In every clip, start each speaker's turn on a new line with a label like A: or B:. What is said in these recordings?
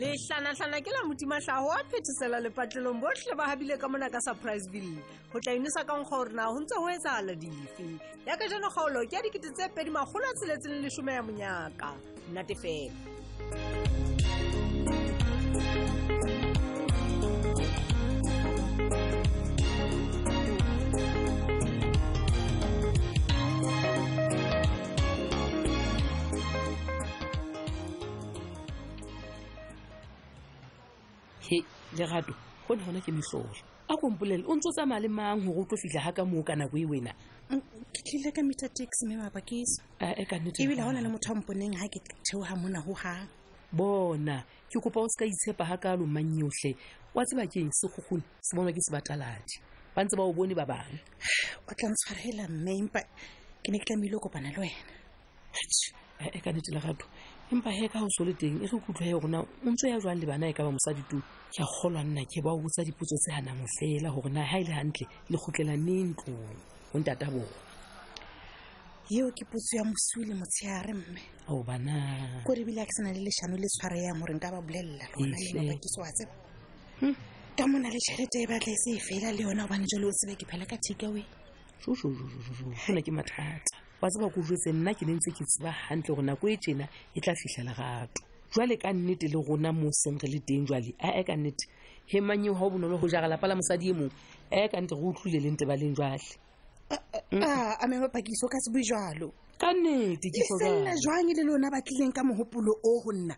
A: lehlanahlana ke la modimahlago a phethesela lepatlelong botlhe ba habile ka mona ka surpriseville go tla inosa ka nkga gore na go ntse go etsaala dife ya ka jano kgaolo ke ya dikete tse pedi magolo a tsheletseng le lesome ya monyaka nnate fela
B: he lerato go ne gona ke mehlola a kompolele o ntse o tsamaya le mang gore o tlo fitlha ga ka moo ka nako e wena
C: Mm, ke tlile ka meter taxi mme mabakeso
B: ae e ka nnete
C: ebile ga ona le motho a mponeng ga ke theoga mona ho gang
B: bona ke kopa o se ka itshepa ga kalo mannyotlhe wa tseba keng sekgogone se bonwa ke sebataladi ba ntse ba o bone ba bangwe
C: o tla ntshwarela mme empa ke ne ke tlamehile ho kopana le wena
B: ae Eh, ka nnete lerato empa he ka ga o so le teng e re kutlwa he gona o ntse o ya jwang le bana e ka ba mosadi tu ke a kgolwa nna ke ba o botsa dipotso tse ganamo fela gore na ga e le gantle le kgotlelaneng tlong go ntata bona
C: eo ke potso ya mosui le motshehare mme
B: ao Oh, bana
C: kore ebile a ke sena le leshano le tshware yang gore nka ba bolelela lona le
B: Ehlile.
C: mabakeso wa tseba Hmm? ka mona le tšhelete e batla e se e fela le yona gobane jalo o tsebe ke phela ka takeaway
B: sona ke mathata wa tseba ko jetse nna ke ne ntse ke tseba gantle gore nako e tjena e tla fitlha lerato jwale ka nnete le rona mo seng re le teng jwale ae ka nnete he manyeo ga o bonolo go jara lapa la mosadi e mongwe ae ka nnete go utlwile le ntebaleng jwale Mm.
C: Ah, a a mema pakiso ka tsebe jalo
B: ka nnete
C: e
B: ke so
C: selela
B: jwalo.
C: jwang le lona ba tlileng ka mogopolo o go nna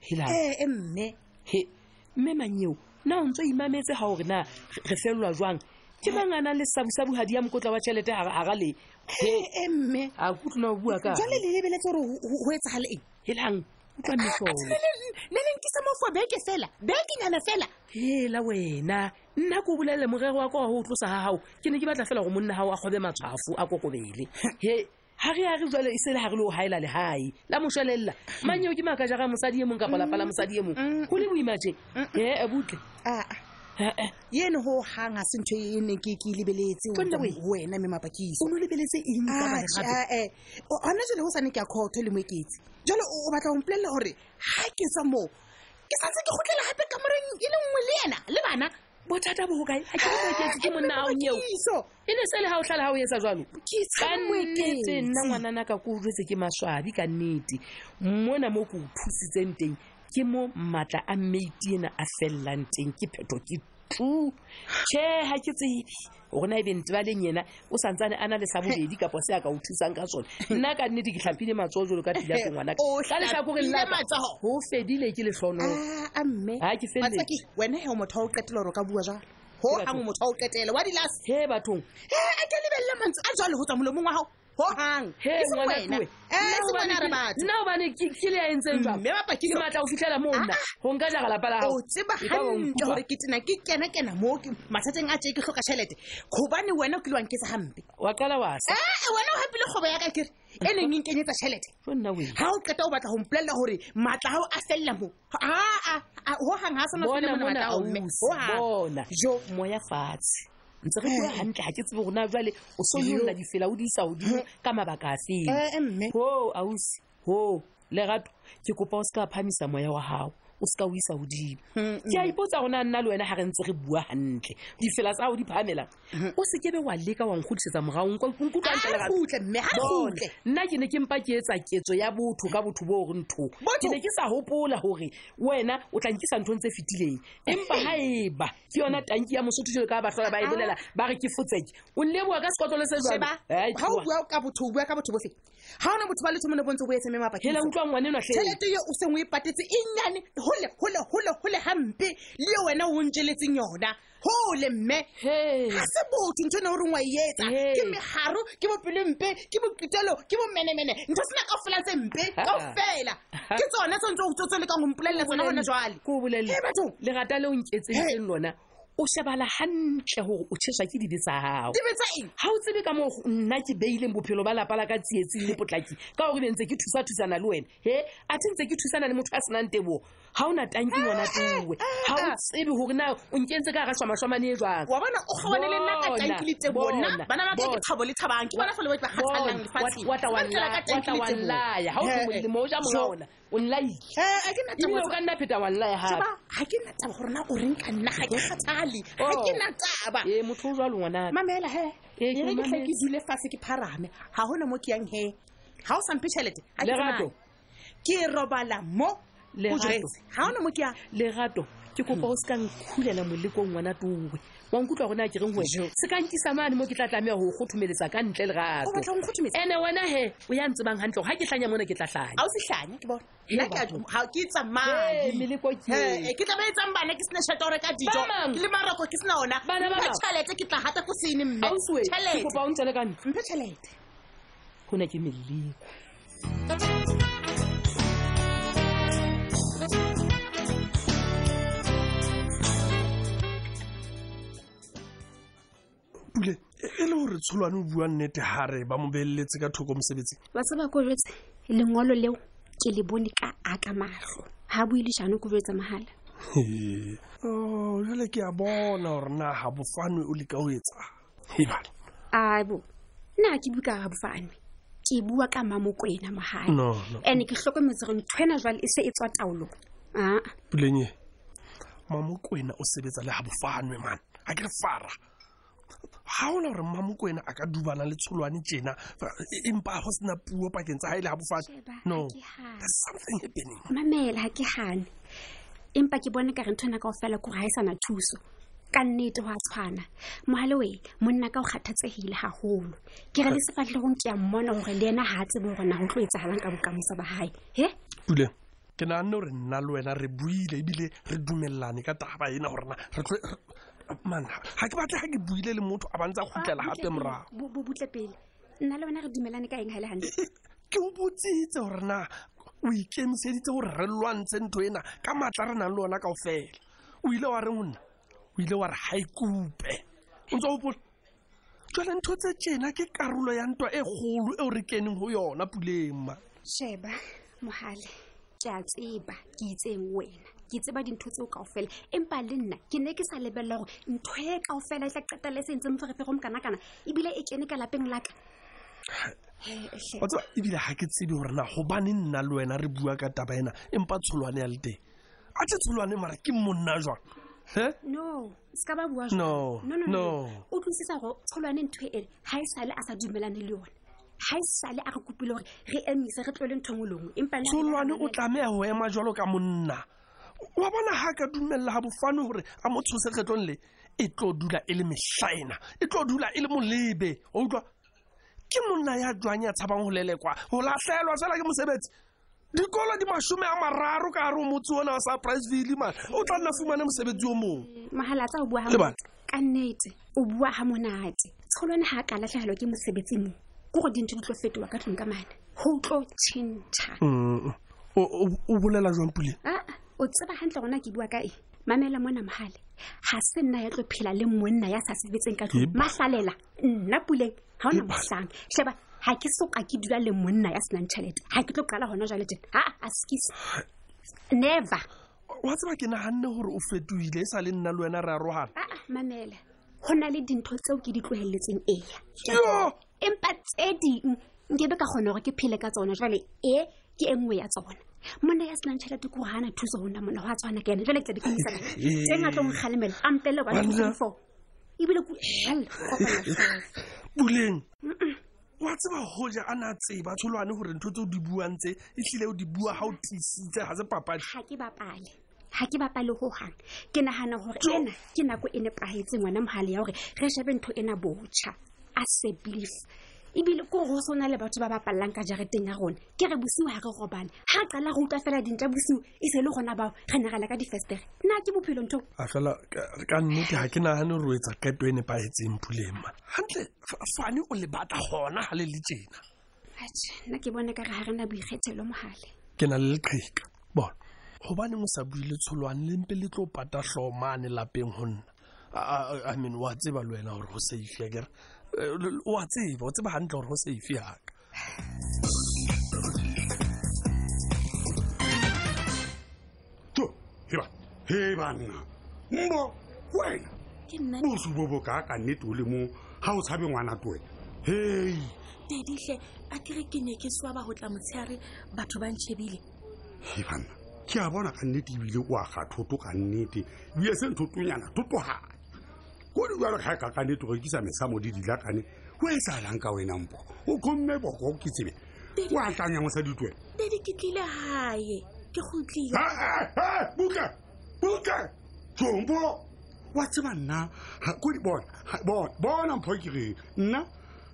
B: Helang.
C: ee mme
B: he mme manyeo na o ntse o imametse ga ore na re felelwa jwang ke bangana le sabusabuhadi ya mokotla wa tšhelete aga le he
C: ee mme
B: a kutlwina o bua ka
C: jwale le lebeletse gore go etsagale eng
B: helang utlwa metlolo
C: le lenkisa mo for beke fela bekenyana fela
B: hela wena nna ke o bolelele morero wa ka wa go o tlosa ga gago ke ne ke batla fela gore monna gago a kgobe matshwafo a kokobele he ga re ya re jale e sele ga re le go gaela legae la mošwelelela manyeo ke maaka jaga mosadi e mongwe kapa lapa la mosadi e mongwe go le boima je ee butle e,
C: aa
B: ee
C: Ah, yeno go hang a se ntho e ne ke ke e lebeletse ho-
B: Tlohella
C: ho wena eh, mme
B: o
C: mapakiso
B: ne o lebeletse eng ka bana gape
C: ae gona jale go sane ke ya kgotho le moeketsi jalo o o batla go mpolelela gore ga ke tswa moo ke santse ke gotlela gape ka moreng e le nngwe le Ah, ena le bana
B: bothata bo hokae a ke boketse ke monna gao nyeo
C: Mabakiso,
B: e ne se le ga o tlhale ga o etsa jalo
C: ke
B: ka
C: tshaba
B: nnete nna
C: moeketsi
B: ngwanana ka ko jetse ke maswabi ka nnete mona mo ke o thusitseng teng ke mo maatla a mmeiti ena a fellang teng ke pheto ke tu tšhe ga ke tsebe gore na e bente ba leng yena o santsane a na le sa bobedi kapo se a ka o thusang ka sone nna ka nnete ke tlhapile matsogo jalo ka tilapeng ngwanaka
C: O
B: ka letlhakoreng
C: hlapile
B: laka
C: matsoho.
B: go fedile ke lehlono
C: aa mme
B: Ha, ke
C: Wa tseba
B: felletse.
C: ke- Ah, wena he o motho wa o qetela gore o ka bua jalo go
B: batho.
C: hang motho wa o qetela wa dilase
B: he bathong
C: he a ke lebelele mantse a jalo go tswa molomong wa gago ho hang
B: he
C: e se
B: ngwana
C: wena
B: tloe
C: Eh, e se wena re batho Mm,
B: nna obane ke le a entseng jang
C: mme
B: ke
C: bapakiso
B: matla go fitlhela mo nna go nka jaga lapa la
C: Ah,
B: E
C: o
B: gago
C: tseba gantle gore ke tena ke kena-kena mo ke- mathateng a tee ke tlhoka tšhelete gobane wena o kile wang ke tsa gampe
B: wa qala wa sa
C: ee wena o gapile kgobo ya ka kere e neng e nkenyetsa tšhelete
B: tlo nna wena
C: ga o qeta o batla go mpolelela gore maatla gao a felela mo aa go hang ga a sana
B: bona
C: fele mona
B: mona
C: maatla ao mme
B: ausi
C: ho hang.
B: bona
C: jo
B: moya fatshe ntse re
C: Eh.
B: bua gantle ga ke tsebe gorena jale o sololola difela o di isa godimo
C: Eh.
B: ka mabaka a feng
C: ee Eh, mme
B: ho ausi ho lerato ke kopa o se ka phamisa moya wa gago o se ka o isa godimo
C: Mm,
B: ke a ipotsa gona nna le wena ga re ntse re bua gantle difela tsa gago di phamela
C: Hmm.
B: o sekebe wa leka wa nkgodisetsa morago
C: a re
B: nkutlwantlelerato
C: gutle mme ga
B: Bona,
C: gutle
B: nna ke ne ke mpa ke etsa ketso ya botho ka botho bo gore ntho ke ne ke sa gopola gore wena o tla nkisa nthong tse fetileng empa ga eba ke yona tanki ya mosotho jelo ka batlhola ba e bolela ba re ke fotseke o nleboa ka sekotlolo se
C: sheba ga o
B: jalo
C: bua ka botho o bua ka botho bofe ga ona botho ba letho mone bontse bo etse me mabaki
B: hela utlwa ngwane enwa hle
C: tšhelete yo o seng o e patetse e nnyane gole gole gole gole hampe le yo wena o ntjeletseng yona gole mme
B: He.
C: ga se botho ntho ne o reng wa e etsa
B: Hey.
C: ke megaro ke bopelo mpe ke bokitelo ke bomenemene ntho sena ka fola tse mpe
B: Ah.
C: kao fela ke tsone tse ntse o tso lekang go mpolelela tsona gona jale
B: ko o bolele
C: He, bathong.
B: lerata le o
C: He.
B: nketsenteng lona o shebala gantle gore o cheswa ke dibe tsa gago
C: di betsa eng
B: ga o tsebe ka moo go- nna ke beileng bophelo ba lapa la ka tsietsing le potlaki ka gore be ntse ke thusa-thusana le wena he athe ntse ke thusana le motho a senang teboo ga o na tanki
C: Ah,
B: ngwana tewe ga o tsebe gore na o nkentse ka ga šwamašwamane e jwang
C: wa bona o kgawane le nna ka
B: Bona,
C: tanki le tebona
B: bona,
C: bana ba ka ke
B: bona.
C: thabo le thabang ke bona fela ba ke ba
B: Bona, wa-
C: kgathallang
B: wa tla wa nlaya- wa tla wa nlaya. Ha o tlo molemo, o ja monga ona. O o nlaile
C: Eh, ha ke na taba
B: ebile o
C: tsa-
B: ka nna pheta wa llaya gape
C: Tseba, ha ke na taba gore na o reng ka nna ga ke kgathale ga
B: Oh.
C: ke na taba
B: ee motho o jalo ngwanaka
C: mamela he
B: Eh, ke
C: ere ke tla
B: mametse.
C: ke dule fatshe ke pharame ga gona mo ke yang he ga o samphe tšhelete ha ke
B: Lerato.
C: tsamaye. ke robala mo
B: Lerato.
C: ga gona mo ke yang
B: lerato ke kopa o se ka nkhulela molekong ngwana towe wa nkutlwa gona ke reng wena se ka nkisa mane mo ke tla tlameya go kgothomeletsa ka ntle
C: o
B: lerato
C: batla go nkgothometsa
B: ene wena he o ya ntsebang gantle gore ga ke tlhanya mona ke tla
C: ga
B: tlhanya
C: o setlhanya ke bona nna ke a-
B: Lerato.
C: ha ke
B: Ee,
C: tsamaye
B: meleko ke
C: He, eh,
B: e.
C: ke tla ba etsang bana ke sena shata gore ka dijo
B: Ba bang.
C: le maroko ke sena ona
B: Bana ba
C: Mphe
B: bang.
C: tšhelete ke tla gata ko sene mme
B: ausiwe ke
C: tšhelete
B: kopa o ntsele ka ntle
C: mphe tšhelete
B: gona ke meleko
D: pule e e le gore tsholwane o bua nnete gare ba mo beeletse ka thoko mosebetsing
E: wa tseba ko jetse lengwalo leo ke le bone ka a ka mahlo ga bue le jano ko jetsa mahala
D: He. Oh, jale ke a bona gore na ga bofane o leka o etsa ebale
E: a bo nna ha ke bue ka gabofane ke bua ka mamokwena mahala
D: no no
E: and ke tlhokometse gore ntho ena jwale e se e tswa taolong Ah, aa
D: pulenye mamokwena o sebetsa le ga bofanwe mane ga ke re fara ga ola gore mamokwena a ka dubana le tsholwane tjena fa- e- empa go sena puo pakeng tsa ga e le ga bofane
E: Sheba,
D: no
E: ha ke hane.
D: there's something happening
E: mamela ga ke gane empa ke bone ka re ntho ena kao fela kore ga e sana thuso ka nnete go a tshwana mogale oe monna ka o kgathatsegile gagolo ke re le sefatlhegong ke a mmona gore le ena ga a tsebe gore na go tlo etsagalang ka bokamoso ba gae he
D: pule ke naanne gore nna le wena re buile ebile re dumelelane ka taba ena gorena re tlo man ga ke batle ga ke buile le motho a bantse a gotlela gape morago
E: Bo- bo- butle pele nna le wena re dumelane ka eng ga le gantle
D: ke o botsitse gore na o ikemiseditse gore re lwantshe ntho ena ka maatla re nang le ona kao fela o ile wa reng ho nna o ile wa re ga ikupe o ntse o pola jale ntho tse tjena ke karolo ya ntwa e kgolo eo re keneng go yona puleng ma
E: sheba mogale ke a tseba ke itseng wena ke tseba dintho tseo kao fela empa le nna ke ne ke sa lebelela gore ntho e kao fela e tla qetele e se ntse moferefego mokanakana ebile e kene ka lapeng laka He, e hle.
D: wa tseba ebile ga ke tsebe gore na gobane nna le wena re bua ka taba ena empa tsholwane ya le teng a te tsholwane mara ke monna jwang he
E: no e se ka ba bua
D: No,
E: jwalo. no
D: no.
E: o tlosisa gore tsholwane ntho e ene ga e sale a sa dumelane le yone ga e sale a re kopile gore re emise re tlole ntho ngwe lengwe empa le-
D: tsholwane o tlameya go ema jwalo ka monna wa bona ga ka dumelela ga bofane gore a mo tshosekgetlong le e tlo dula e le mehlaena e tlo dula e le molebe wa utlwa ke monna ya jwang ya tshabang go lelekwa go latlhelwa fela ke mosebetsi dikolo di mashome a mararo ka gare o motse ona wa sa priceville man o tla nna fumane mosebetsi o mongwe
E: mahala tsa o bua ha
D: Lebaka.
E: monate. ka nnete o bua ha monate tsholwane ha a ka latlhegelwa ke mosebetsi moo ke gore dintho di tlo fetoga ka tlong ka mane go tlo tšhentšha
D: Mm. o o- o bolela jwang puleng
E: aa Ah, o tseba gantle gona ke bua ka eng mamela mona mogale ga se nna ya tlo phela le monna ya sa sebetseng ka tlong
D: Epa.
E: mahlalela nna puleng ga ona
D: Epa.
E: mohlang sheba ga ke soka ke dula le monna ya senang tšhelete ga ke tlo qala gona jale tena aa askise never
D: wa tseba ke naganne gore o fetoile e sa le nna le wena re arogana
E: aa Ah, mamela go na le dintho tseo ke di tlogeletseng eya
D: Yo!
E: empa tse ding nkebe ka kgona gore ke phele ka tsona jale e ke e nngwe ya tsona monna ya senang tšhelete ko gana thuso go nna mona go a tshwana ka yane jale ke tlabe ke isana tse ngatlo nkgalemela a mpelele
D: Banna.
E: one four ebile ko hell kopana hlooho.
D: puleng wa tseba goja a na tseba tsholwane gore ntho tse o di buang tse e tlile o di bua ga o tiisitse ga se papadi
E: ga ke bapale ga ke bapale gogang ke nagana gore ena ke nako e nepagetse ngwana mogale ya gore re shebe ntho ena botšha a sebelief ebile ko go se na le batho ba bapalelang ka jareteng ya rona ke re bosiu ga re robale ga re qala go utlwa fela dintja bosiu e se le gona bao re nagala ka difestere nna ke bophelo ntho
D: a fela ka ka nnete ga ke nagane gore o etsa keto e nepagetseng puleng ma gantle fane o le batla gona ga le le tjena
E: Atjhe, nna ke bone ka re ga rena boikgethelo mogale
D: ke na le leqheka bona gobaneng o sa buile tsholwane le mpe le tlo pata tlhomane lapeng go nna A- a- i mean wa tseba le wena gore go safe ya kere Eh, wa tseba o tseba gantle gore go safe yaka
F: to he ba- he banna mbo wena
E: ke nna
F: bosu bo bo ka ka nnete o le mo ga o tshabe ngwana to wena hei
G: tedihle a kere ke ne ke swaba go tla motshegare batho ba ntšhebile
F: he banna ke a bona ka nnete ebile o aga thoto ka nnete ebile se nthotonyana totogae kodi jalo ga e ka ka nnete go kisa mesamo di dilakane o e salang ka wena mpo o kgomme boko ke tsebe o atlanyang o sa ditwena
E: dadi ke tlile gae ke gotlile
F: buka buka tsompo wa tseba nna ha- kodi bona ha- bon, bona- bona mpho ke reng nna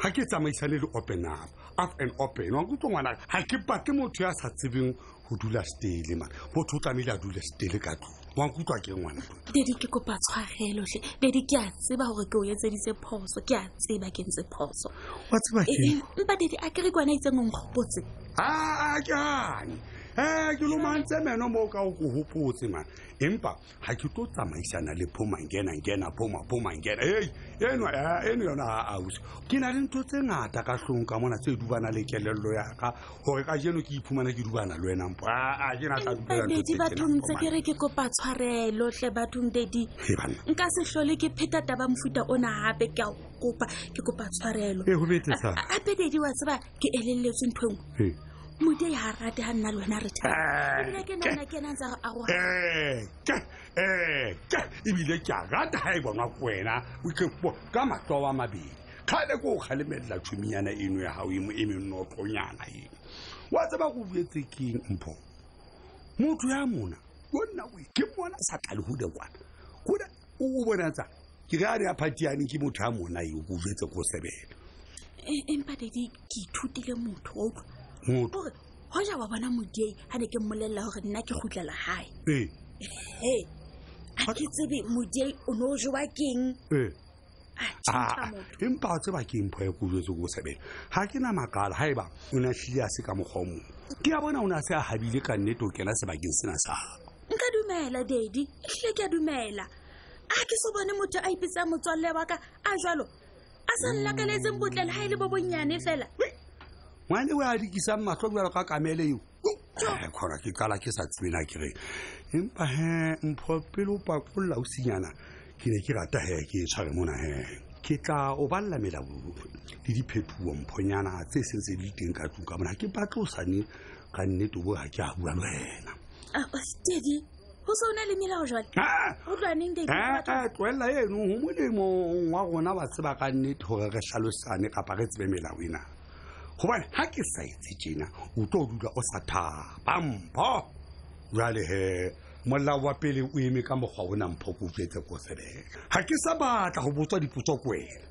F: ga ke tsamaisane le open up up and open wa kutlwa ngwana ga ke batle motho ya sa tsebeng go dula stele man motho o tlamehile a dula stele ka tlong wa kutlwa ke ngwana
E: dadi ke kopa tshwarelotlhe dadi ke a tseba gore ke o etseditse phoso ke a tseba ke ntse phoso
F: wa tseba
E: E- e, mpa dadi a kere kwana itseng o nkgopotse
F: aa ke ane um ke lomantse meno moo ka o ko gopotse man empa ga ke tlo tsamaisana le phomangena nkena phomaphomankena ei eno ah, eno yona a ausi ke na le ntho tse ngata ka tlhong ka mona tse dubana le kelello yaka gore ka jeno ke iphumana ke dubana le wenampo aa ah, ke na tla
E: empa dadi bathong tse kere ke kopa tshwarelotlhe bathong dadi
F: e banna
E: nka se tlhole ke pheta taba mofuta ona gape ke a kopa ke kopa tshwarelo
F: e go bete sa
E: A- ape dadi wa tseba ke elelletswe ntho e engwe
F: Eh,
E: modei ga e rate ga nna le wena re thaba. nna ke nagana ke ena ntse a re aroga
F: ke ke ebile ke a rata ga e bonwa ko wena o ke bo- ka matlo wa mabedi kgale ko o kgalemelela tšhominyana eno ya gago emo e menotonyana eno wa tseba go boetse keng mpho motho ya mona yo nna oe ke mona sa tla le hule kwana kona o bonatsa ke re a re a phatiane ke motho ya mona eo ko jetse ko sebele
E: E- empa dadi ke ithutile motho wa utlwa
F: motho
E: gore goja wa bona modie ga ne ke mmolelela gore nna ke gutlela gae
F: ee
E: he a ke tsebe modie o ne o jowa keng
F: ee
E: a
F: Ah,
E: tšhentšha motho
F: empa o tseba ke mpho ya kojetse ko sebele ga ke na makala ga e ba o ne a tlile a se ka mokgwa o mongwe ke a bona o ne a se a habile ka nnete o kena sebakeng sena sa gago
E: nka dumela dadi ehlile ke a dumela a ke se bone motho a ipitsang motswalle wa ka a jalo a sa nlakaletseng botlele ga e le bo bonnyane fela
F: ngwane o a dikisang matlho jalo ka kamele eo Eh, khona ke qala ke sa tsebena kereng empa he mpho pele o pakolola o senyana ke ne ke rata he ke e tshware mona he ke tla o balela melao le diphetogo mphonyana tse seng se di teng ka tlong ka mona ha ke batlo o sane ka nnete o bo ga ke a bua le wena
E: Ah, dadi go se o na le melao jale
F: Ah,
E: o tlwaneng dadi
F: ee tloelela eno go molemo wa rona wa tseba ka nnete gore re tlhalosane kapa re tsebe melao ena gobane ga ke sa etse tjena o tlo dula o sa thaba mpho jale he molao wa pele o eme ka mokgwa o nampho ko utlwetse ko sebela ga ke sa batla go botswa dipotso ko wena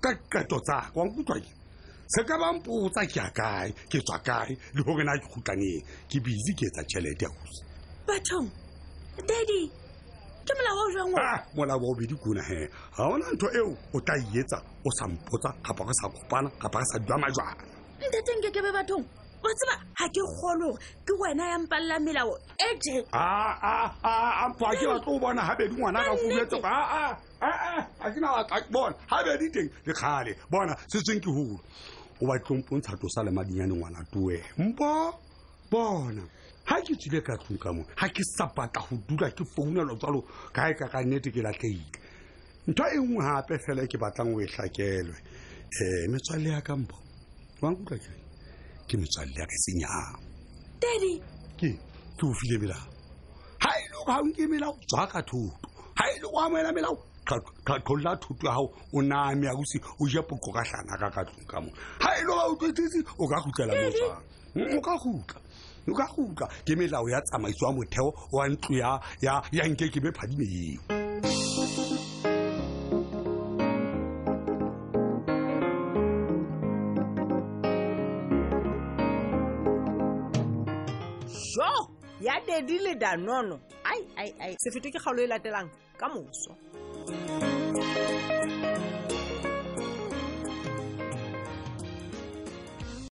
F: ka diketo tsaka wankutlwa ke se ka ba mpotsa ke ya kae ke tswa kae le gore na ke gutlaneng ke busy ke etsa tšhelete ya kose
E: bathong dadi ke molao o jwang o
F: Ah, molao wa bobedi kuna he ga ona ntho eo o tla e etsa o sa mpotsa kapa re sa kopana kapa re sa dua majwana
E: ntateng ke kebe bathong o tseba ga ke kgolo gore ke wena ya mpalela melao e je
F: Ah, ampo a ke batlo o bona gabedi ngwana ka fuletse aa a ke naa bona gabedi teng le kgale bona setsweng ke holo o batlompontsha tlosa le madinyane ngwana toe mpo bona ga ke tswile ka tlong ka mo ga ke sa batla go dula ke founelwa tsalo kae ka ka nnete ke latlheile ntho e nngwe gape fela e ke batlang o e tlakelwe um metswalle ya ka mpo wankutlwa ke reng? ke metswalle ya ka senyang
E: dadi
F: ke ke o file melao ga e le go ga o nke melao tswa ka thoto ga e le go amoela melao tlhatlholola thoto ya gago o naame ausi o je poko ka tlana ka ka tlong ka mo ga e le ga o tswetsetse o ka gutlela mo o tswang Mm, o ka gutla o ka gutla ke melao ya tsamaiso ya motheo wa ntlo ya- ya ya nke ke be phadime eo
A: jo ya dedi le danono ai ai ai sefeto ke kgaolo e latelang ka moso